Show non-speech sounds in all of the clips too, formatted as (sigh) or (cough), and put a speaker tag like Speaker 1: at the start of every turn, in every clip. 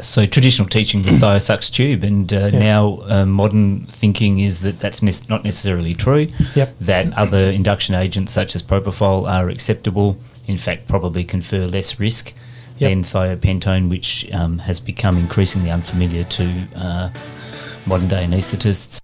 Speaker 1: so traditional teaching
Speaker 2: (clears throat)
Speaker 1: with Thiosuck's tube, and uh,
Speaker 2: Yeah.
Speaker 1: now uh, modern thinking is that that's ne- not necessarily true.
Speaker 2: Yep.
Speaker 1: That other induction agents such as propofol are acceptable. In fact, probably confer less risk
Speaker 2: Yep.
Speaker 1: than thiopentone, which um, has become increasingly unfamiliar to uh, modern day anaesthetists.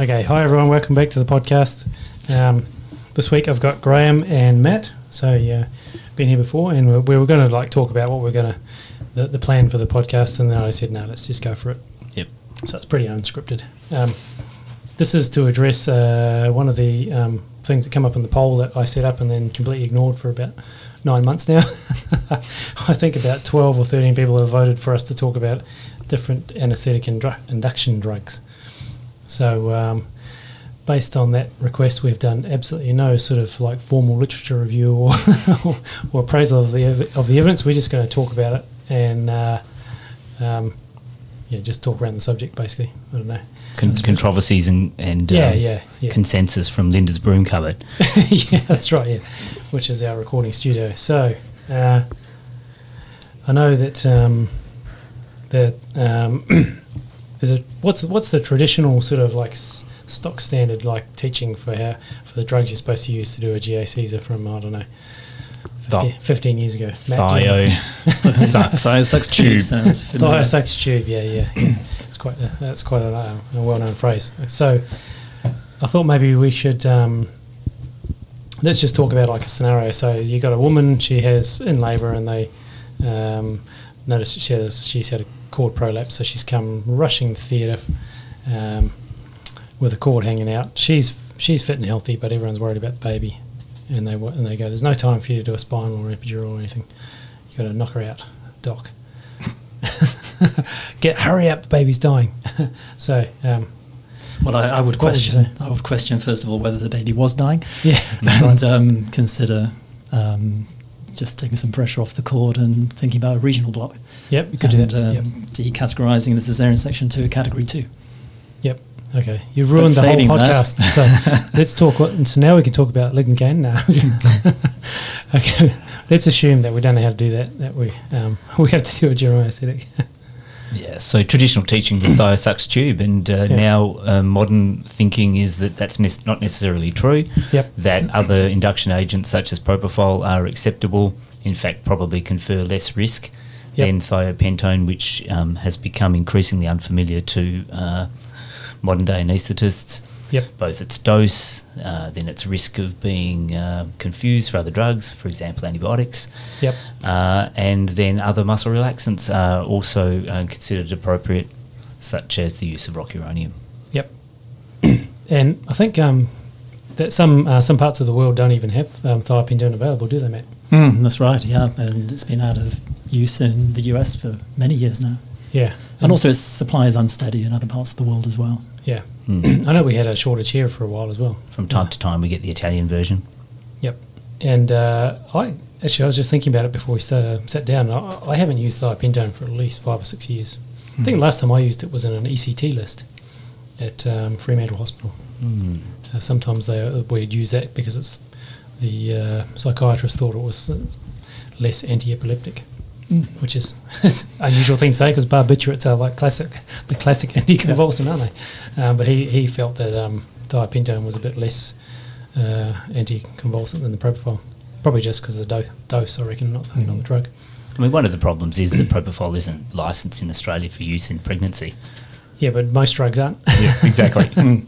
Speaker 2: Okay, hi everyone, welcome back to the podcast. Um, this week I've got Graham and Matt, so yeah, been here before, and we we were going to like talk about what we're going to the, the plan for the podcast, and then I said no, let's just go for it.
Speaker 1: Yep.
Speaker 2: So it's pretty unscripted. Um, this is to address uh, one of the um, things that come up in the poll that I set up and then completely ignored for about nine months now. (laughs) I think about 12 or 13 people have voted for us to talk about different anaesthetic indu- induction drugs. So, um, based on that request, we've done absolutely no sort of like formal literature review or, (laughs) or appraisal of the ev- of the evidence. We're just going to talk about it and uh, um, yeah, just talk around the subject basically. I don't know.
Speaker 1: Con- controversies and, and
Speaker 2: yeah,
Speaker 1: um,
Speaker 2: yeah, yeah.
Speaker 1: consensus from Linda's broom cupboard.
Speaker 2: (laughs) yeah, that's right. Yeah, which is our recording studio. So uh, I know that um, that um, (clears throat) there's a what's what's the traditional sort of like s- stock standard like teaching for how for the drugs you're supposed to use to do a GA Caesar from I don't know. 15,
Speaker 1: Thi-
Speaker 2: 15 years ago. Matt, do you-
Speaker 1: Thio
Speaker 2: (laughs)
Speaker 1: sucks.
Speaker 3: Thiosucks tube sounds familiar.
Speaker 2: Thiosucks tube, yeah, yeah. (coughs) yeah. it's quite a, that's quite a, uh, a well-known phrase. So I thought maybe we should um, let's just talk about like a scenario. So you got a woman, she has in labour, and they um, notice that she has she's had a cord prolapse, so she's come rushing to theatre um, with a cord hanging out. She's she's fit and healthy, but everyone's worried about the baby, and they wa- and they go, "There's no time for you to do a spinal or epidural or anything. You got to knock her out, doc." (laughs) Get hurry up, the baby's dying. (laughs) so um,
Speaker 3: Well, I, I would
Speaker 2: What would you
Speaker 3: question. I would question first of all whether the baby was dying,
Speaker 2: yeah,
Speaker 3: and um, consider um, just taking some pressure off the cord and thinking about a regional block.
Speaker 2: yep, you could
Speaker 3: and,
Speaker 2: do that.
Speaker 3: Um,
Speaker 2: yep.
Speaker 3: Decategorizing the cesarean section to a category two.
Speaker 2: Yep. Okay. You ruined the whole
Speaker 3: fading that.
Speaker 2: podcast.
Speaker 3: (laughs)
Speaker 2: so let's talk. What, so now we can talk about lidocaine now. (laughs) okay. Let's assume that we don't know how to do that. That we um, (laughs) we have to do a general anesthetic. (laughs)
Speaker 1: Yeah, so traditional teaching with Thiosucks tube, and uh,
Speaker 2: Yeah.
Speaker 1: now uh, modern thinking is that that's ne- not necessarily true.
Speaker 2: Yep.
Speaker 1: That other induction agents such as propofol are acceptable. In fact, probably confer less risk
Speaker 2: Yep.
Speaker 1: than thiopentone, which um, has become increasingly unfamiliar to uh, modern day anaesthetists.
Speaker 2: Yep.
Speaker 1: Both its dose, uh, then its risk of being uh, confused for other drugs, for example, antibiotics.
Speaker 2: Yep.
Speaker 1: Uh, and then other muscle relaxants are also uh, considered appropriate, such as the use of rocuronium.
Speaker 2: Yep. (coughs) and I think um, that some uh, some parts of the world don't even have um, thiopentone available, do they, Matt?
Speaker 3: Mm, that's right. Yeah, and it's been out of use in the US for many years now,
Speaker 2: Yeah.
Speaker 3: and also its supply is unsteady in other parts of the world as well.
Speaker 2: Yeah. (coughs) I know we had a shortage here for a while as well.
Speaker 1: (clears throat) From time to time, we get the Italian version.
Speaker 2: Yep. And uh, I actually, I was just thinking about it before we sta- sat down. I, I haven't used thiopentone for at least five or six years. I think last time I used it was in an ECT list at um, Fremantle Hospital. Uh, sometimes they we'd use that because it's the uh, psychiatrist thought it was uh, less anti-epileptic, which is (laughs) it's an unusual thing to say because barbiturates are like classic, the classic (laughs) anticonvulsant, aren't they? Um, but he, he felt that um, diapentone was a bit less uh, anticonvulsant than the propofol, probably just because of the do- dose, I reckon, not, not the drug.
Speaker 1: I mean, one of the problems is that propofol isn't licensed in Australia for use in pregnancy.
Speaker 2: Yeah, but most drugs aren't. (laughs)
Speaker 1: Yeah, exactly.
Speaker 2: Hmm.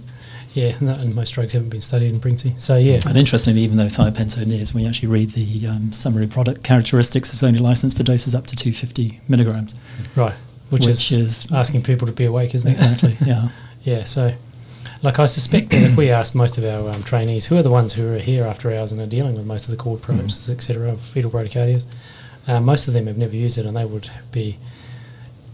Speaker 2: yeah, no, and most drugs haven't been studied in pregnancy. So yeah,
Speaker 3: And interestingly, even though thiopentone is, when you actually read the um, summary product characteristics, it's only licensed for doses up to 250 milligrams.
Speaker 2: right, which, is, (laughs)
Speaker 3: Which is-
Speaker 2: asking people to be awake, isn't it? (laughs)
Speaker 3: Exactly. yeah.
Speaker 2: Yeah, so like I suspect that
Speaker 3: (clears throat)
Speaker 2: if we asked most of our um, trainees, who are the ones who are here after hours and are dealing with most of the
Speaker 3: Mm.
Speaker 2: cord prolapses, etc., fetal bradycardias, uh, most of them have never used it, and they would be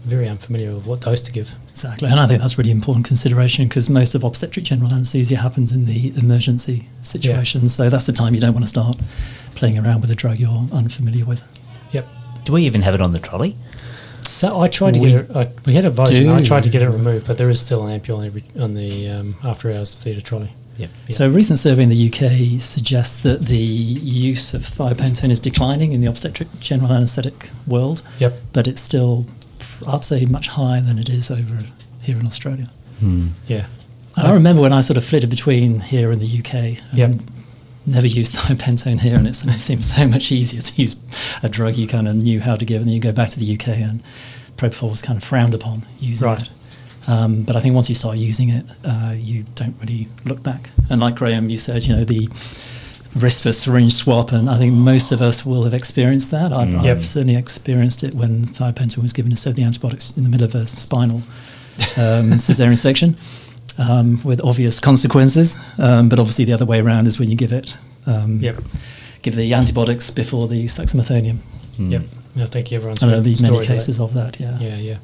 Speaker 2: very unfamiliar with what dose to give.
Speaker 3: Exactly, and I think that's really important consideration because most of obstetric general anaesthesia happens in the emergency situation. So that's the time you don't want to start playing around with a drug you're unfamiliar with.
Speaker 2: Yep.
Speaker 1: (laughs) Do we even have it on the trolley?
Speaker 2: So I tried to
Speaker 3: We
Speaker 2: get it. I, we had a vote, and I
Speaker 3: do.
Speaker 2: tried to get it removed, but there is still an ampule on, every, on the um, after hours theatre trolley.
Speaker 1: Yep.
Speaker 3: So a recent survey in the UK suggests that the use of thiopentone is declining in the obstetric general anaesthetic world,
Speaker 2: Yep.
Speaker 3: but it's still, I'd say, much higher than it is over here in Australia.
Speaker 2: Yeah.
Speaker 3: And I remember when I sort of flitted between here and the UK. and
Speaker 2: Yep.
Speaker 3: Never (laughs) used thiopentone here, and it's, it seems so much easier to use a drug you kind of knew how to give, and then you go back to the UK, and propofol was kind of frowned upon using
Speaker 2: Right.
Speaker 3: it. Um, but I think once you start using it, uh, you don't really look back. And like Graham, you said, you know the risk for syringe swap, and I think most of us will have experienced that. I've,
Speaker 2: Yep.
Speaker 3: I've certainly experienced it when thiopentone was given instead of the antibiotics in the middle of a spinal
Speaker 2: (laughs)
Speaker 3: um, cesarean section um, with obvious consequences. Um, but obviously, the other way around is when you give it, um,
Speaker 2: Yep.
Speaker 3: give the antibiotics before the saximethonium. Mm.
Speaker 2: Yep. I think everyone's
Speaker 3: And there'll
Speaker 2: heard
Speaker 3: be many
Speaker 2: stories of that.
Speaker 3: cases of that. Yeah.
Speaker 2: Yeah, yeah.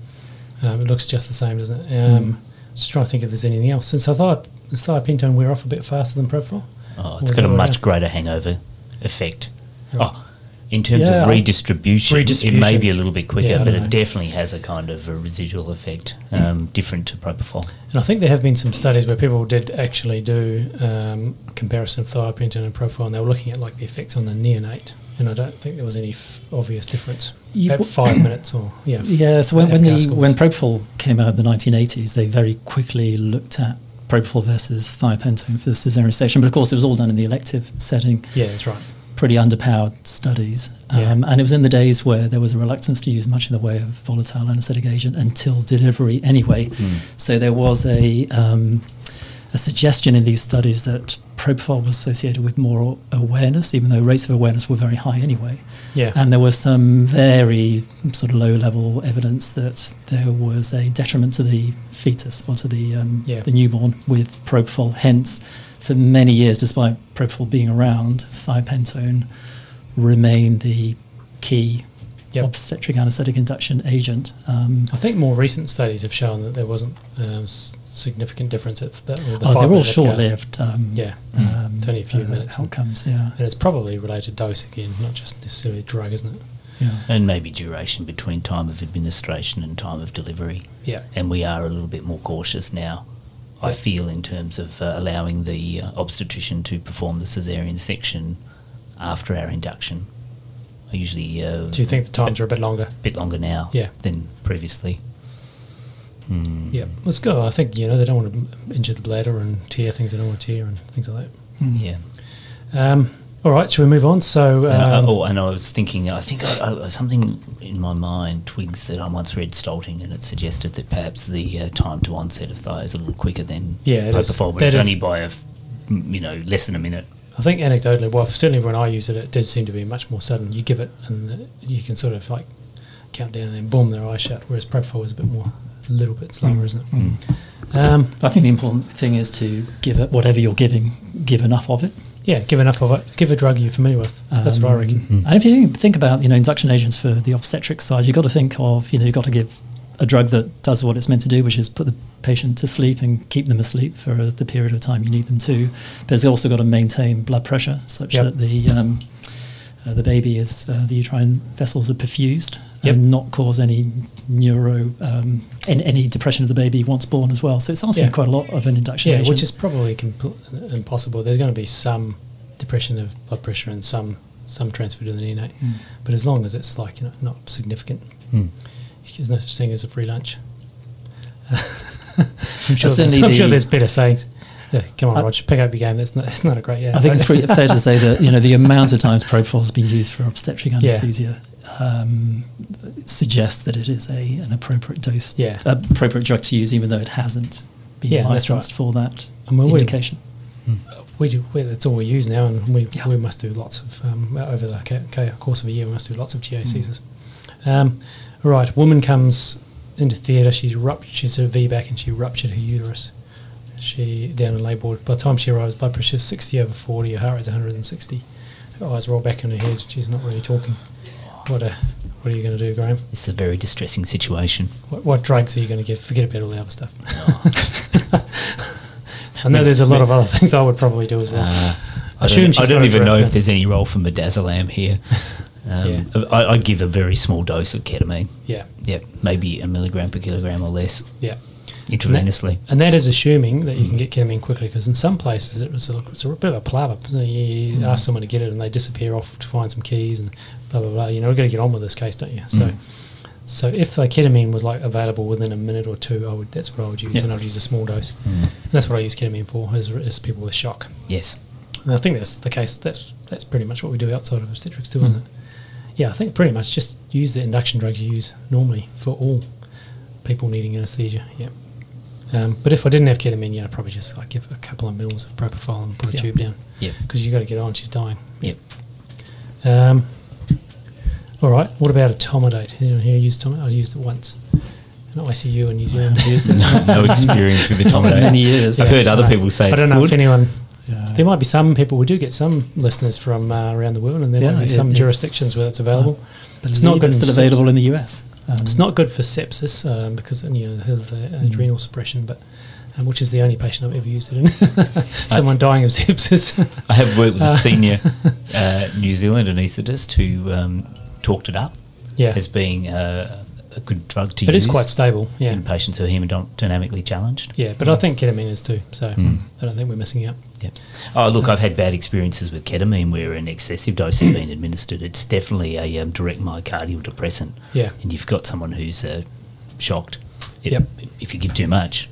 Speaker 2: Um, it looks just the same, doesn't it? Um,
Speaker 3: Hmm.
Speaker 2: Just trying to think if there's anything else. Since I thought does thiopentone wear off a bit faster than propofol?
Speaker 1: Oh,
Speaker 2: Or
Speaker 1: it's got a
Speaker 2: the other way
Speaker 1: much
Speaker 2: around?
Speaker 1: greater hangover effect.
Speaker 2: Right.
Speaker 1: Oh, in terms
Speaker 3: Yeah,
Speaker 1: of
Speaker 3: I-
Speaker 1: redistribution, it may
Speaker 2: Redistribution.
Speaker 1: be a little bit quicker,
Speaker 2: Yeah, I
Speaker 1: but
Speaker 2: don't
Speaker 1: it
Speaker 2: know.
Speaker 1: definitely has a kind of a residual effect, um, different to propofol.
Speaker 2: And I think there have been some studies where people did actually do um, comparison of thiopentone and propofol, and they were looking at like the effects on the neonate. And I don't think there was any f- obvious difference
Speaker 3: You-
Speaker 2: at five minutes or yeah. f-
Speaker 3: Yeah, so when, when, the,
Speaker 2: Pascals.
Speaker 3: when propofol came out in the 1980s, they very quickly looked at propofol versus thiopentone for cesarean section. But of course, it was all done in the elective setting.
Speaker 2: yeah, that's right.
Speaker 3: pretty underpowered studies.
Speaker 2: Yeah.
Speaker 3: Um, and it was in the days where there was a reluctance to use much in the way of volatile anesthetic agent until delivery anyway. So there was a, um, a suggestion in these studies that propofol was associated with more awareness, even though rates of awareness were very high anyway.
Speaker 2: Yeah,
Speaker 3: And there was some very sort of low level evidence that there was a detriment to the fetus or to the, um,
Speaker 2: Yeah.
Speaker 3: the newborn with propofol. Hence, for many years, despite propofol being around, thiopentone remained the key
Speaker 2: Yep.
Speaker 3: obstetric anesthetic induction agent. Um,
Speaker 2: I think more recent studies have shown that there wasn't um, s- significant difference at the, or the
Speaker 3: oh, they're all
Speaker 2: five-minute
Speaker 3: short
Speaker 2: cast.
Speaker 3: lived. Um,
Speaker 2: Yeah,
Speaker 3: Um,
Speaker 2: It's only a few
Speaker 3: uh,
Speaker 2: minutes.
Speaker 3: Outcomes, yeah.
Speaker 2: and it's probably related dose again, not just necessarily drug, isn't it?
Speaker 3: yeah.
Speaker 1: And maybe duration between time of administration and time of delivery.
Speaker 2: Yeah.
Speaker 1: And we are a little bit more cautious now, I
Speaker 2: Yeah.
Speaker 1: feel, in terms of uh, allowing the uh, obstetrician to perform the caesarean section after our induction. I usually uh,
Speaker 2: Do you think the times are a bit longer?
Speaker 1: a bit longer now
Speaker 2: Yeah.
Speaker 1: than previously. Hmm.
Speaker 2: Yeah, let's go. I think you know they don't want to injure the bladder and tear things they don't want to tear and things like
Speaker 3: Mm.
Speaker 1: Yeah.
Speaker 2: that. Um, all right, shall we move on? So,
Speaker 1: And, I-
Speaker 2: um,
Speaker 1: oh, and I was thinking, I think I, I, something in my mind twigs that I once read Stolting, and it suggested that perhaps the uh, time to onset of thigh is a little quicker than
Speaker 2: Yeah, it is.
Speaker 1: propofol, but
Speaker 2: That
Speaker 1: it's
Speaker 2: is-
Speaker 1: only by a, f- m- you know, less than a minute.
Speaker 2: I think anecdotally, well, certainly when I use it, it did seem to be much more sudden. You give it, and you can sort of like count down, and then boom, their eyes shut. Whereas propofol is a bit more, a little bit slower, isn't it? Um,
Speaker 3: I think the important thing is to give it whatever you're giving, give enough of it.
Speaker 2: yeah, give enough of it. Give a drug you're familiar with. That's what I
Speaker 3: Um,
Speaker 2: reckon.
Speaker 3: And if you think, think about you know induction agents for the obstetric side, you've got to think of you know you've got to give a drug that does what it's meant to do, which is put the patient to sleep and keep them asleep for uh, the period of time you need them to. But it's also got to maintain blood pressure such
Speaker 2: Yep.
Speaker 3: that the um, uh, the baby is uh, the uterine vessels are perfused
Speaker 2: Yep.
Speaker 3: and not cause any neuro um, and any depression of the baby once born as well. So it's asking
Speaker 2: Yeah.
Speaker 3: quite a lot of an induction
Speaker 2: Yeah,
Speaker 3: agent.
Speaker 2: which is probably compl- impossible. There's going to be some depression of blood pressure and some some transfer to the neonate, but as long as it's like you know not significant, there's no such thing as a free lunch. I'm sure, there's,
Speaker 3: certainly
Speaker 2: I'm sure
Speaker 3: the-
Speaker 2: there's better sayings. Yeah, come on,
Speaker 3: I-
Speaker 2: Roger, pick up your game. That's not, that's not a great. Yeah,
Speaker 3: I think
Speaker 2: (laughs)
Speaker 3: it's pretty fair to say that you know the amount of times propofol has been used for obstetric anaesthesia um, suggests that it is a an appropriate dose,
Speaker 2: Yeah.
Speaker 3: appropriate drug to use, even though it hasn't been
Speaker 2: Yeah, that's right.
Speaker 3: licensed for that
Speaker 2: And when we-
Speaker 3: indication.
Speaker 2: we do. We, that's all we use now, and we,
Speaker 3: Yeah.
Speaker 2: we must do lots of um, over the ca- ca- course of a year. We must do lots of GA Caesars. Um, right, woman comes into theatre. She's ruptured. She's a VBAC, and she ruptured her uterus. She down in labour. By the time she arrives, blood pressure's sixty over forty. Her heart rate's one hundred and sixty. Her eyes roll back in her head. She's not really talking. What a What are you going to do, Graham?
Speaker 1: This is a very distressing situation.
Speaker 2: What, what drugs are you going to give? Forget about all the other stuff. (laughs) I know there's a lot of other things I would probably do as well.
Speaker 1: Uh, I
Speaker 2: Assume
Speaker 1: don't, I
Speaker 2: she's
Speaker 1: don't
Speaker 2: got a
Speaker 1: even
Speaker 2: drug
Speaker 1: know if
Speaker 2: then.
Speaker 1: there's any role for midazolam
Speaker 2: (laughs)
Speaker 1: here. Um, I, I give a very small dose of ketamine.
Speaker 2: yeah,
Speaker 1: Yep, maybe a milligram per kilogram or less
Speaker 2: yeah.
Speaker 1: intravenously.
Speaker 2: And that is assuming that you can get ketamine quickly, because in some places it was a, it's a bit of a palaver. So you, you ask someone to get it, and they disappear off to find some keys and blah blah blah. You know, we've got to get on with this case, don't you? So, so if the ketamine was like available within a minute or two, I would that's what I would use,
Speaker 3: Yeah.
Speaker 2: and I would use a small dose. And that's what I use ketamine for, is, is people with shock.
Speaker 1: Yes.
Speaker 2: And I think that's the case. That's that's pretty much what we do outside of obstetrics, too, isn't it? Yeah, I think pretty much just use the induction drugs you use normally for all people needing anaesthesia. Yeah. Um, but if I didn't have ketamine, yeah, I'd probably just like give a couple of mils of propofol and put a
Speaker 3: Yeah.
Speaker 2: tube down
Speaker 1: Yep.
Speaker 2: because you got to get on. She's dying.
Speaker 1: Yep.
Speaker 2: Um, all right. What about etomidate? Anyone here use etomidate? I used it once. In ICU in New Zealand, I used it. (laughs)
Speaker 4: no experience with the
Speaker 3: Not for many
Speaker 4: Tommy.
Speaker 3: years.
Speaker 1: I've heard other
Speaker 2: No.
Speaker 1: people say
Speaker 2: I
Speaker 1: it's
Speaker 2: don't know if
Speaker 1: good.
Speaker 2: anyone
Speaker 3: Yeah.
Speaker 2: there might be some people. We do get some listeners from uh, around the world, and there
Speaker 3: Yeah, Uh,
Speaker 2: might be
Speaker 3: it-
Speaker 2: some
Speaker 3: it's-
Speaker 2: jurisdictions where it's available.
Speaker 3: But
Speaker 2: it's not
Speaker 3: believe
Speaker 2: good
Speaker 3: still
Speaker 2: in
Speaker 3: available in the US. Um,
Speaker 2: It's not good for sepsis um, because you know the the
Speaker 3: Mm.
Speaker 2: adrenal suppression, but um, which is the only patient I've ever used it in. (laughs) Someone dying of sepsis. (laughs)
Speaker 1: I have worked
Speaker 3: (laughs)
Speaker 1: with a senior uh, New Zealand anaesthetist who um, talked it up
Speaker 2: yeah,
Speaker 1: as being uh, a good drug to
Speaker 2: it
Speaker 1: use
Speaker 2: is quite stable. Yeah,
Speaker 1: in patients who are hemodynamically challenged.
Speaker 2: yeah, but I think ketamine is too. So I don't think we're missing out.
Speaker 1: Yeah. Oh, look, I've had bad experiences with ketamine where an excessive dose has been administered. It's definitely a um, direct myocardial depressant.
Speaker 2: Yeah.
Speaker 1: And you've got someone who's uh, shocked. It-
Speaker 2: Yep.
Speaker 1: If you give too much,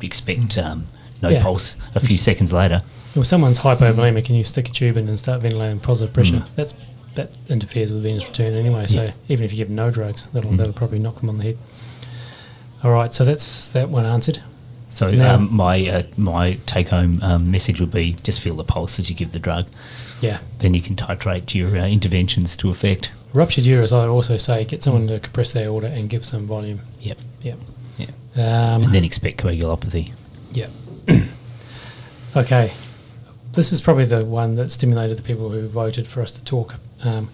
Speaker 1: expect um, no
Speaker 2: Yeah.
Speaker 1: pulse a few seconds later.
Speaker 2: Well, someone's hypovolemic and you stick a tube in and start ventilating
Speaker 1: Mm.
Speaker 2: positive pressure. That's that interferes with venous return anyway. So even if you give no drugs, that'll
Speaker 1: Mm.
Speaker 2: that'll probably knock them on the head. All right, so that's that one answered.
Speaker 1: So
Speaker 2: Now-
Speaker 1: um, my uh, my take home um, message would be just feel the pulse as you give the drug.
Speaker 2: Yeah,
Speaker 1: Then you can titrate your uh, interventions to effect.
Speaker 2: ruptured uterus. I also say get someone to compress their aorta and give some volume.
Speaker 1: Yep.
Speaker 2: Yeah,
Speaker 1: Yeah.
Speaker 2: um,
Speaker 1: And then expect coagulopathy.
Speaker 2: yeah. (clears throat) okay, this is probably the one that stimulated the people who voted for us to talk. Um,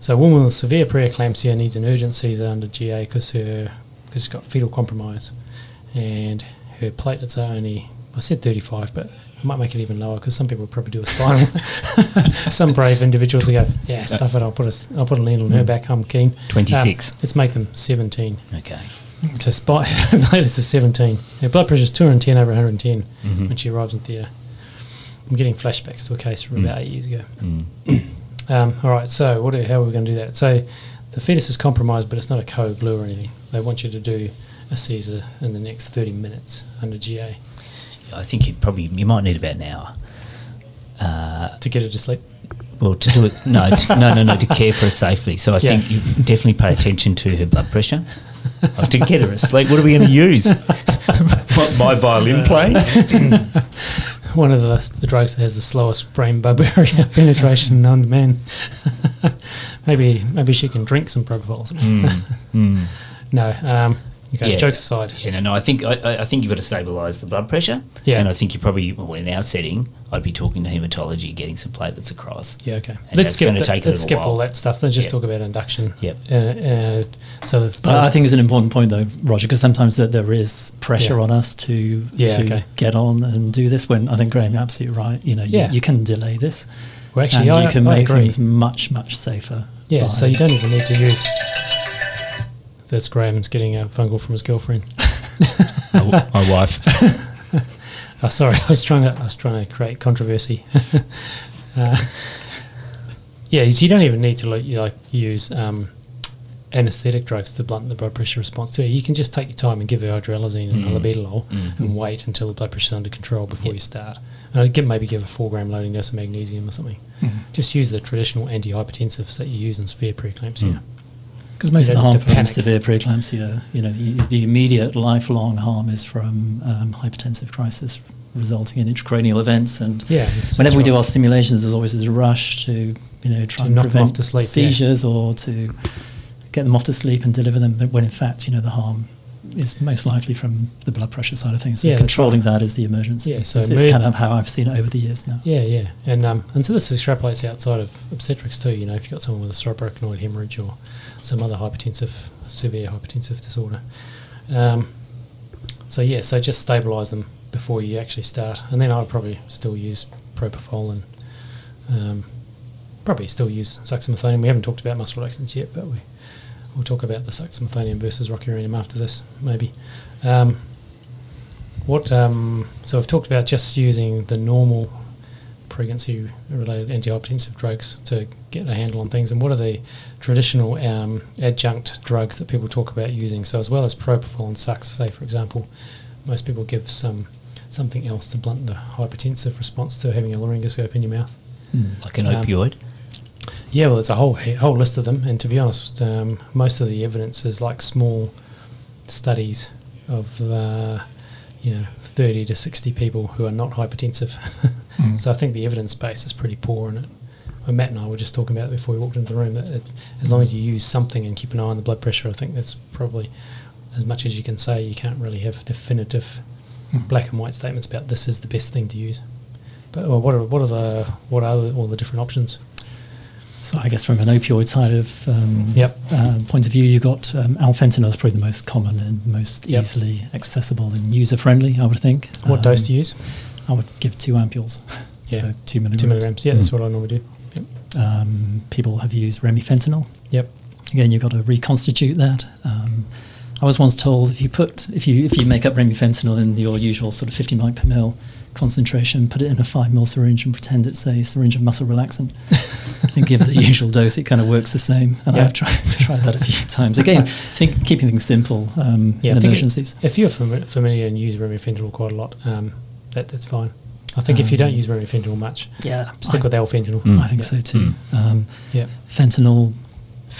Speaker 2: so, a woman with severe preeclampsia needs an urgent caesar under GA because her because she's got fetal compromise, and her platelets are only I said 35, but I might make it even lower because some people probably do a spinal. (laughs) some brave individuals who go, yeah, stuff it. I'll put a s- I'll put a needle in her back. I'm keen. Um,
Speaker 1: 26.
Speaker 2: let's make them 17.
Speaker 1: Okay.
Speaker 2: to (laughs) spy her platelets is 17. Her blood pressure is 210 over 110
Speaker 1: Hmm.
Speaker 2: when she arrives in theatre. I'm getting flashbacks to a case from about eight years ago.
Speaker 1: mm,
Speaker 2: Um, all right, so what? Are, how are we going to do that? So the fetus is compromised, but it's not a code blue or anything. They want you to do a Caesar in the next 30 minutes under GA
Speaker 1: I think you probably you might need about an hour. Uh,
Speaker 2: to get her to sleep. (laughs)
Speaker 1: Well, to do it, no, to, no, no, no, to care for her safely. So I
Speaker 2: Yeah.
Speaker 1: think you definitely pay attention to her blood pressure. Oh, to get her asleep, what are we going to use? my, my violin playing?
Speaker 2: One of the, the drugs that has the slowest brain blood barrier (laughs) penetration known to man. (laughs) maybe maybe she can drink some propofol. or something.
Speaker 1: Mm,
Speaker 2: no, um, okay,
Speaker 1: Hmm. Yeah.
Speaker 2: jokes aside.
Speaker 1: Yeah, no, no, I think I- I, I think you've got to stabilise the blood pressure.
Speaker 2: Yeah.
Speaker 1: and I think you probably well in our setting, I'd be talking to hematology, getting some platelets across.
Speaker 2: Yeah, okay.
Speaker 1: And that's gonna
Speaker 2: that-
Speaker 1: take a
Speaker 2: let's
Speaker 1: little
Speaker 2: skip
Speaker 1: while.
Speaker 2: all that stuff. Let's just
Speaker 1: Yep.
Speaker 2: talk about induction.
Speaker 1: Yep.
Speaker 2: Uh, uh, so, that-
Speaker 3: But I think it's an important point, though, Roger, because sometimes that there is pressure
Speaker 2: Yeah.
Speaker 3: on us to
Speaker 2: Yeah,
Speaker 3: to
Speaker 2: okay.
Speaker 3: get on and do this. When I think Graham, you're absolutely right. You know, you,
Speaker 2: Yeah.
Speaker 3: you can delay this,
Speaker 2: well, actually,
Speaker 3: and
Speaker 2: I,
Speaker 3: you can
Speaker 2: I
Speaker 3: make
Speaker 2: agree.
Speaker 3: things much much safer.
Speaker 2: Yeah,
Speaker 3: by-
Speaker 2: so you don't even need to use. That's Graham's getting a phone call from his girlfriend.
Speaker 4: my, my wife.
Speaker 2: Oh, sorry, (laughs) I was trying to I was trying to create controversy. (laughs) uh, yeah, you don't even need to like, you like use um, anesthetic drugs to blunt the blood pressure response. To it. you can just take your time and give her hydralazine and
Speaker 3: Mm-hmm.
Speaker 2: albuterol and wait until the blood pressure's under control before you start. And I'd give, maybe give a four gram loading dose of magnesium or something.
Speaker 3: Mm-hmm.
Speaker 2: Just use the traditional antihypertensives that you use in severe preeclampsia.
Speaker 3: Because most
Speaker 2: You
Speaker 3: of
Speaker 2: don't
Speaker 3: the harm
Speaker 2: need to
Speaker 3: from
Speaker 2: panic.
Speaker 3: severe preeclampsia, you know, the, the immediate lifelong harm is from um, hypertensive crisis resulting in intracranial events. And
Speaker 2: Yeah, that's-
Speaker 3: whenever we
Speaker 2: that's
Speaker 3: do
Speaker 2: right.
Speaker 3: our simulations, there's always this rush to, you know, try
Speaker 2: To
Speaker 3: and
Speaker 2: knock 'em off
Speaker 3: prevent
Speaker 2: to sleep, yeah.
Speaker 3: seizures or to get them off to sleep and deliver them. But when in fact, you know, the harm is most likely from the blood pressure side of things. So
Speaker 2: Yeah, that's
Speaker 3: controlling that is the emergency.
Speaker 2: Yeah, so
Speaker 3: this is
Speaker 2: mood-
Speaker 3: kind of how I've seen it over the years now.
Speaker 2: Yeah, yeah, and um, and so this extrapolates outside of obstetrics too. You know, if you've got someone with a subarachnoid hemorrhage or some other hypertensive, severe hypertensive disorder. Um, so yeah, so just stabilise them before you actually start, and then I'd probably still use propofol and um, probably still use succinylcholine. We haven't talked about muscle relaxants yet, but we we'll talk about the succinylcholine versus rocuronium after this, maybe. Um, what? Um, so I've talked about just using the normal pregnancy-related antihypertensive drugs to get a handle on things, and what are the traditional um, adjunct drugs that people talk about using? So as well as propofol and sucks, say for example, most people give some something else to blunt the hypertensive response to having a laryngoscope in your mouth.
Speaker 1: like an
Speaker 2: Um,
Speaker 1: opioid.
Speaker 2: Yeah, well, it's a whole he- whole list of them, and to be honest, um, most of the evidence is like small studies of uh, you know thirty to sixty people who are not hypertensive. (laughs) so I think the evidence base is pretty poor in it. Well, Matt and I were just talking about it before we walked into the room that it, as long as you use something and keep an eye on the blood pressure, I think that's probably as much as you can say. You can't really have definitive
Speaker 3: Hmm.
Speaker 2: black and white statements about this is the best thing to use. But well, what are what are the what are all the different options?
Speaker 3: So I guess from an opioid side of um,
Speaker 2: Yep.
Speaker 3: uh, point of view, you've got um, alfentanil is probably the most common and most
Speaker 2: Yep.
Speaker 3: easily accessible and user friendly, I would think.
Speaker 2: What
Speaker 3: Um,
Speaker 2: dose do you use?
Speaker 3: I would give two ampules,
Speaker 2: Yeah.
Speaker 3: so two milligrams.
Speaker 2: Two milligrams. Yeah, that's
Speaker 3: Hmm.
Speaker 2: what I normally do. Yep.
Speaker 3: Um, people have used remifentanil.
Speaker 2: Yep.
Speaker 3: Again, you've got to reconstitute that. Um, I was once told if you put if you if you make up remifentanil in your usual sort of 50 mic per mil concentration, put it in a five mil syringe and pretend it's a syringe of muscle
Speaker 2: (laughs)
Speaker 3: relaxant, and give the usual dose, it kind of works the same. And
Speaker 2: Yeah.
Speaker 3: I've tried (laughs) tried that a few times. Again, think keeping things simple um,
Speaker 2: Yeah, I
Speaker 3: in
Speaker 2: think it-
Speaker 3: emergencies.
Speaker 2: If you're fami- familiar and use remifentanil quite a lot, um, that, that's fine. I think if you don't
Speaker 3: Um,
Speaker 2: use remifentanil much,
Speaker 3: yeah,
Speaker 2: stick
Speaker 3: I,
Speaker 2: with alfentanil.
Speaker 4: Mm.
Speaker 3: I think
Speaker 2: Yeah.
Speaker 3: so
Speaker 1: Hmm.
Speaker 3: too. Um,
Speaker 2: Yeah.
Speaker 3: fentanyl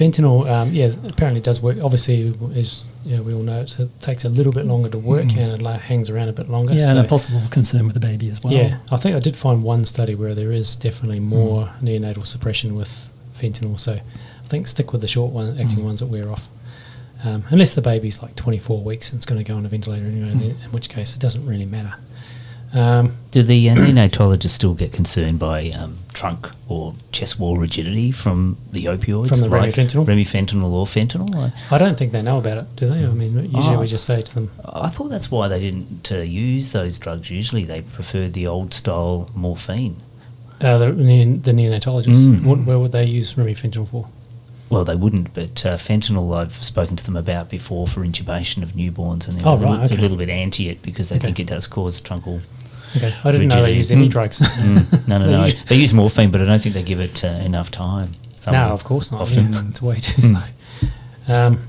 Speaker 2: Fentanyl, um, yeah, apparently does work. Obviously, is yeah, we all know it's, it takes a little bit longer to work
Speaker 3: Mm.
Speaker 2: and it la- hangs around a bit longer.
Speaker 3: Yeah,
Speaker 2: so-
Speaker 3: and a possible concern with the baby as well. Mm.
Speaker 2: Yeah, I think I did find one study where there is definitely more neonatal suppression with fentanyl. So I think stick with the short one, acting
Speaker 3: Mm.
Speaker 2: ones that wear off. Um, unless the baby's like 24 weeks and it's going to go on a ventilator anyway, then,
Speaker 3: Mm.
Speaker 2: in which case it doesn't really matter. Um,
Speaker 1: Do the uh, neonatologists still get concerned by um, trunk or chest wall rigidity from the opioids,
Speaker 2: From the
Speaker 1: like
Speaker 2: remifentanil?
Speaker 1: remifentanil or fentanyl? I,
Speaker 2: I don't think they know about it, do
Speaker 3: Mm.
Speaker 2: they? I mean,
Speaker 3: Ah.
Speaker 2: usually
Speaker 1: Oh.
Speaker 2: we just say to them,
Speaker 1: I thought that's why they didn't uh, use those drugs. Usually, they preferred the old style morphine.
Speaker 2: uh, the, neon- the neonatologist,
Speaker 1: Mm.
Speaker 2: what, where would they use remifentanil for?
Speaker 1: Well, they wouldn't, but uh, fentanyl I've spoken to them about before for intubation of newborns, and they're
Speaker 2: Oh,
Speaker 1: a, little,
Speaker 2: right, okay.
Speaker 1: a little bit anti it because they
Speaker 2: Okay.
Speaker 1: think it does cause truncal.
Speaker 2: Okay, I didn't know they
Speaker 1: Rigidity.
Speaker 2: used any
Speaker 1: Mm.
Speaker 2: drugs. (laughs)
Speaker 1: Mm, (laughs) no, no,
Speaker 2: They
Speaker 1: no.
Speaker 2: usu-
Speaker 1: they use morphine, but I don't think they give it uh, enough time. Some
Speaker 2: No, of course not.
Speaker 1: Often. Mm.
Speaker 2: Yeah, it's way too slow. Um,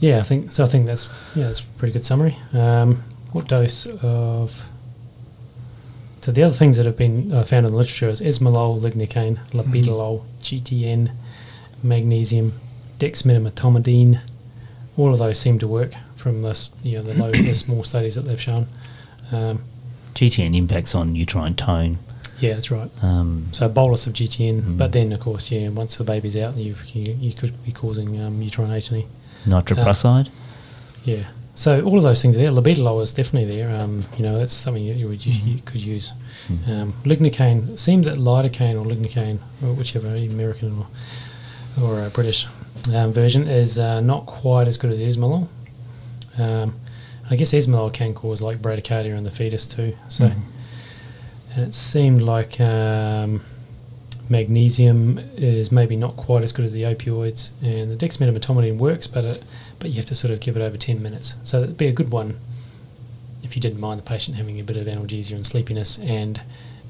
Speaker 2: yeah, I think so. I think that's yeah, that's a pretty good summary. Um, what dose of? So the other things that have been uh, found in the literature is esmolol, lignocaine, labetalol, GTN, magnesium, dexmedetomidine. All of those seem to work from this, you know, the
Speaker 1: (coughs)
Speaker 2: low, the small studies that they've shown. Um,
Speaker 1: GTN impacts on uterine tone.
Speaker 2: yeah, that's right.
Speaker 1: Um,
Speaker 2: So a bolus of GTN, but then of course, yeah, once the baby's out, you you, you could be causing um, uterine atony.
Speaker 1: nitroprusside.
Speaker 2: Yeah. So all of those things are there. Labetalol is definitely there. Um, you know, that's something that you would you, you could use. Um, lignocaine it seems that lidocaine or lignocaine, or whichever American or or uh, British um, version, is uh, not quite as good as esmolol. Um, I guess esmolol can cause like bradycardia in the fetus too. So,
Speaker 3: Mm-hmm. Mm.
Speaker 2: and it seemed like um, magnesium is maybe not quite as good as the opioids, and the dexmedetomidine works, but it, but you have to sort of give it over ten minutes. So it'd be a good one if you didn't mind the patient having a bit of analgesia and sleepiness, and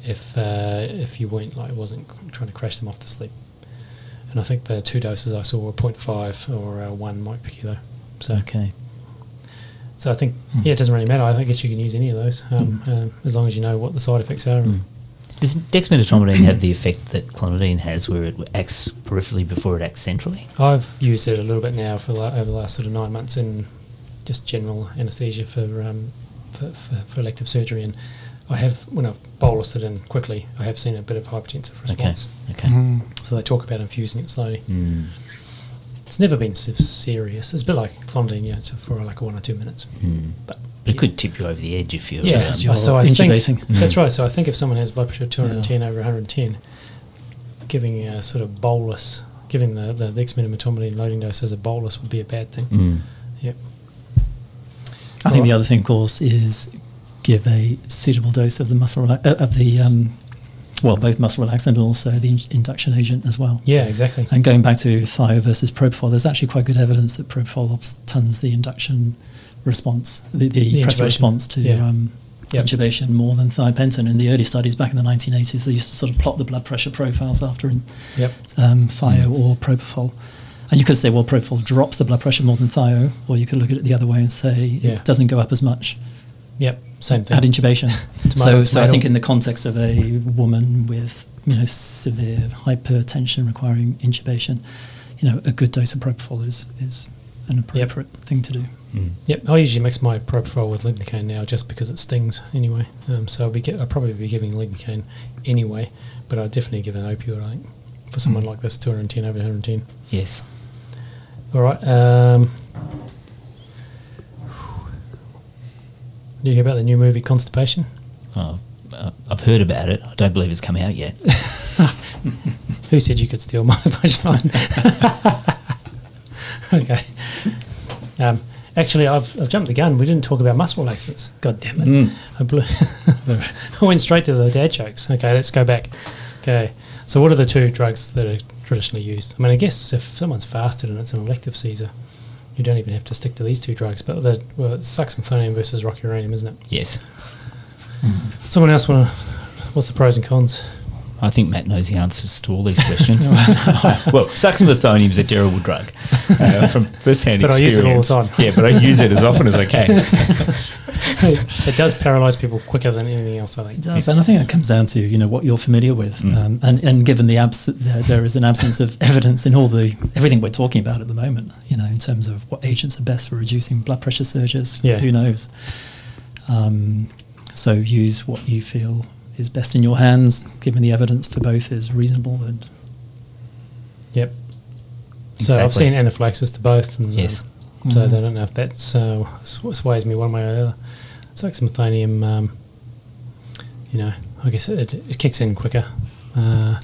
Speaker 2: if uh, if you weren't like wasn't trying to crash them off to sleep. And I think the two doses I saw were 0.5 or uh, one mic per kilo. So
Speaker 1: Okay.
Speaker 2: so I think, yeah, it doesn't really matter. I guess you can use any of those um, um, as long as you know what the side effects are.
Speaker 1: Hmm.
Speaker 2: and
Speaker 1: Does dexmedetomidine have the effect that clonidine has, where it acts peripherally before it acts centrally?
Speaker 2: I've used it a little bit now for la- over the last sort of nine months in just general anaesthesia for, um, for, for for elective surgery, and I have when I've bolused it in quickly, I have seen a bit of hypertensive
Speaker 1: Okay.
Speaker 2: response.
Speaker 1: Okay.
Speaker 2: Mm-hmm. So they talk about infusing it slowly.
Speaker 1: Mm.
Speaker 2: It's never been so serious. It's a bit like clonidine, you know, it's for like one or two minutes.
Speaker 1: Mm.
Speaker 2: But
Speaker 1: But it could tip you over the edge if you're.
Speaker 2: yeah,
Speaker 3: just as
Speaker 1: um,
Speaker 3: you're
Speaker 2: so I
Speaker 3: intubating.
Speaker 2: think Mm-hmm. that's right. So I think if someone has blood pressure 210
Speaker 3: Yeah.
Speaker 2: over 110, giving a sort of bolus, giving the the, the dexmedetomidine loading dose as a bolus would be a bad thing.
Speaker 1: mm.
Speaker 2: Yep.
Speaker 3: I think
Speaker 2: Alright.
Speaker 3: the other thing, of course, is give a suitable dose of the muscle rela- uh, of the um, well, both muscle relaxant and also the in- induction agent as well.
Speaker 2: Yeah, exactly.
Speaker 3: And going back to thio versus propofol, there's actually quite good evidence that propofol obtons the induction response, the, the,
Speaker 2: The
Speaker 3: pressure
Speaker 2: intubation,
Speaker 3: response to
Speaker 2: yeah.
Speaker 3: um,
Speaker 2: Yep.
Speaker 3: intubation more than thiopentin. In the early studies back in the 1980s, they used to sort of plot the blood pressure profiles after an,
Speaker 2: Yep.
Speaker 3: um, thio or propofol. And you could say, well, propofol drops the blood pressure more than thio, or you could look at it the other way and say
Speaker 2: Yeah.
Speaker 3: it doesn't go up as much
Speaker 2: Yep. Same
Speaker 3: at
Speaker 2: thing.
Speaker 3: intubation.
Speaker 2: Tomato,
Speaker 3: so, so I
Speaker 2: tomato.
Speaker 3: think in the context of a woman with you know severe hypertension requiring intubation, you know a good dose of propofol is is an appropriate thing to do.
Speaker 1: Hmm.
Speaker 4: Mm.
Speaker 2: Yep. I usually mix my propofol with lignocaine now just because it stings anyway. Um, so I'll be get, I'll probably be giving lignocaine anyway, but I'll definitely give an opioid I think, for someone like this 210 over 110.
Speaker 1: Yes.
Speaker 2: All right. Um, do you hear about the new movie Constipation?
Speaker 1: Oh, uh, I've heard about it. I don't believe it's come out yet.
Speaker 2: Who said you could steal my (laughs) punchline? okay. Um, actually, I've, I've jumped the gun. We didn't talk about muscle relaxants. God damn it. I blew. (laughs) I went straight to the dad jokes. Okay, let's go back. Okay, so what are the two drugs that are traditionally used? I mean, I guess if someone's fasted and it's an elective seizure, you don't even have to stick to these two drugs. But the well, it's succinthonium versus rocuronium, isn't
Speaker 1: (laughs)
Speaker 2: it?
Speaker 1: Yes.
Speaker 2: Someone else want to? What's the pros and cons? (laughs)
Speaker 1: I think Matt knows the answers to all these questions. (laughs) well, succinylthonium is a terrible drug uh, from first-hand
Speaker 2: But I use
Speaker 1: experience.
Speaker 2: it all the time.
Speaker 4: Yeah, but I use it as often as I can.
Speaker 2: (laughs) it does paralyze people quicker than anything else. I
Speaker 3: It
Speaker 2: think.
Speaker 3: does, and I think that comes down to you know what you're familiar with,
Speaker 2: Mm.
Speaker 3: um, and and given the abs- there, there is an absence
Speaker 2: (laughs)
Speaker 3: of evidence in all the everything we're talking about at the moment, you know, in terms of what agents are best for reducing blood pressure surges.
Speaker 2: Yeah.
Speaker 3: who knows? Um, so use what you feel is best in your hands, given the evidence for both is reasonable and
Speaker 2: Yep. So I've
Speaker 1: Exactly.
Speaker 2: seen anaphylaxis to both. And, um,
Speaker 1: Yes.
Speaker 2: So
Speaker 3: Mhm.
Speaker 2: I don't know if that uh, sw- sways me one way or the other. Succinylthonium, um, you know, I guess it, it kicks in quicker. Uh,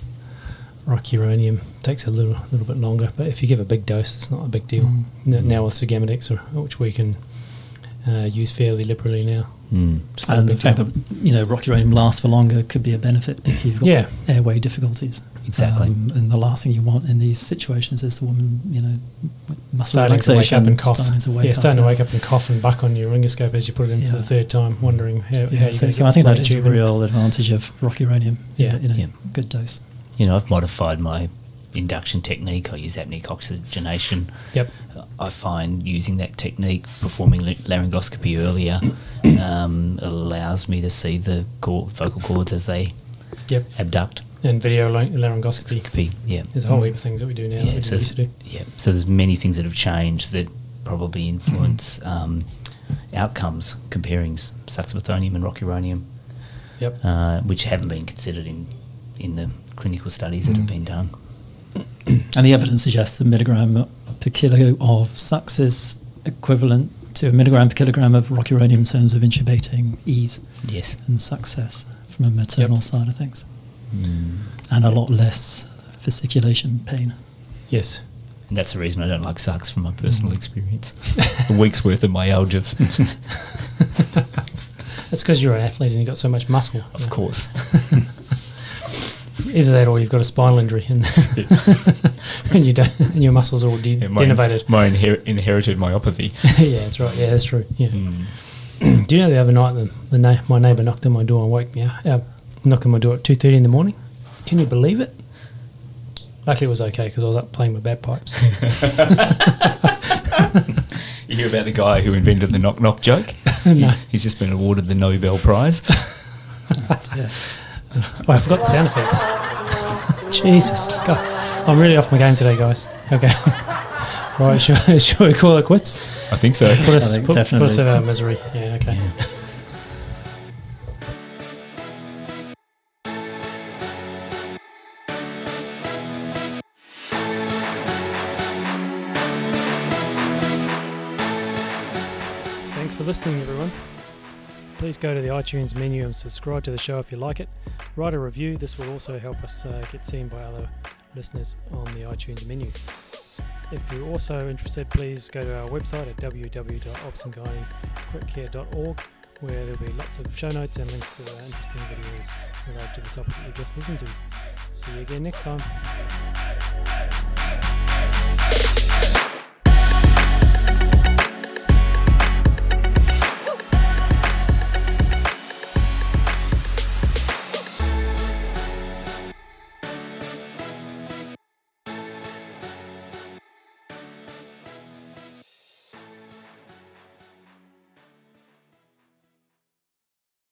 Speaker 2: rocuronium takes a little little bit longer, but if you give a big dose, it's not a big deal.
Speaker 3: Mm.
Speaker 2: N- now with Sugammadex, or, which we can uh, use fairly liberally now.
Speaker 1: Mm.
Speaker 2: It's not a
Speaker 3: and the
Speaker 2: big
Speaker 3: fact
Speaker 2: deal.
Speaker 3: that you know rocuronium lasts for longer could be a benefit if you've got
Speaker 2: Yeah.
Speaker 3: airway difficulties.
Speaker 1: Exactly.
Speaker 3: Um, and the last thing you want in these situations is the woman, you know, with muscle
Speaker 2: starting to wake
Speaker 3: relaxation,
Speaker 2: up and cough.
Speaker 3: starting to wake
Speaker 2: yeah,
Speaker 3: up.
Speaker 2: starting to wake up and cough and buck on your laryngoscope as you put it in for
Speaker 3: Yeah.
Speaker 2: the third time, wondering how, how
Speaker 3: Yeah,
Speaker 2: you're
Speaker 3: so,
Speaker 2: gonna
Speaker 3: so
Speaker 2: get
Speaker 3: I think that
Speaker 2: this
Speaker 3: is a
Speaker 2: bloody tube in.
Speaker 3: real advantage of rocuronium.
Speaker 2: Yeah.
Speaker 3: in a, in a
Speaker 1: Yeah.
Speaker 3: good dose.
Speaker 1: You know, I've modified my induction technique. I use apneic oxygenation.
Speaker 2: Yep.
Speaker 1: I find using that technique, performing la- laryngoscopy earlier, (coughs) um, allows me to see the cor- vocal cords as they
Speaker 2: Yep.
Speaker 1: abduct.
Speaker 2: And video lar- laryngoscopy.
Speaker 1: Could be, yeah.
Speaker 2: There's a whole heap of things that we do now that
Speaker 1: Yeah,
Speaker 2: we
Speaker 1: so
Speaker 2: didn't used to do.
Speaker 1: yeah, so there's many things that have changed that probably influence um, outcomes comparing s- succinylthonium and rocuronium,
Speaker 2: Yep.
Speaker 1: uh, which haven't been considered in, in the clinical studies that have been done.
Speaker 3: And the evidence suggests the milligram per kilo of sucks is equivalent to a milligram per kilogram of rocuronium in terms of intubating ease
Speaker 1: Yes.
Speaker 3: and success from a maternal side of things,
Speaker 1: Hmm.
Speaker 3: and a lot less fasciculation
Speaker 2: (laughs)
Speaker 3: pain.
Speaker 2: Yes.
Speaker 1: And that's the reason I don't like sucks from my personal experience. (laughs)
Speaker 4: A week's worth of my algers.
Speaker 2: That's because you're an athlete and you've got so much muscle. Uh,
Speaker 1: Of course.
Speaker 2: Either that or you've got a spinal injury and, (laughs) and, you don't, and your muscles are all de-
Speaker 4: Yeah, my
Speaker 2: denervated.
Speaker 4: my inher- inherited myopathy.
Speaker 2: (laughs)
Speaker 4: Hmm.
Speaker 2: yeah, that's right. Yeah, that's true. Yeah. do you know the other night the, the na- my neighbour knocked on my door and woke me up, uh, knocked on my door at 2.30 in the morning? Can you believe it? Luckily it was okay because I was up playing with bagpipes. (laughs)
Speaker 4: You hear about the guy who invented the knock knock joke?
Speaker 2: no,
Speaker 4: He's just been awarded the Nobel Prize.
Speaker 3: Yeah.
Speaker 2: Oh, I forgot the sound effects. (laughs) Jesus, God. I'm really off my game today, guys. Okay. (laughs) right, (laughs) shall, shall we call it quits?
Speaker 4: I think so.
Speaker 2: (laughs) Put us,
Speaker 3: think
Speaker 2: put, put us out
Speaker 3: definitely.
Speaker 2: of our misery. Yeah, okay. Thanks for listening, everyone. Please go to the iTunes menu and subscribe to the show if you like it. Write a review. This will also help us uh, get seen by other listeners on the iTunes menu. If you're also interested, please go to our website at www.opsandgynequickcare.org where there'll be lots of show notes and links to uh, interesting videos related to the topic that you've just listened to. See you again next time.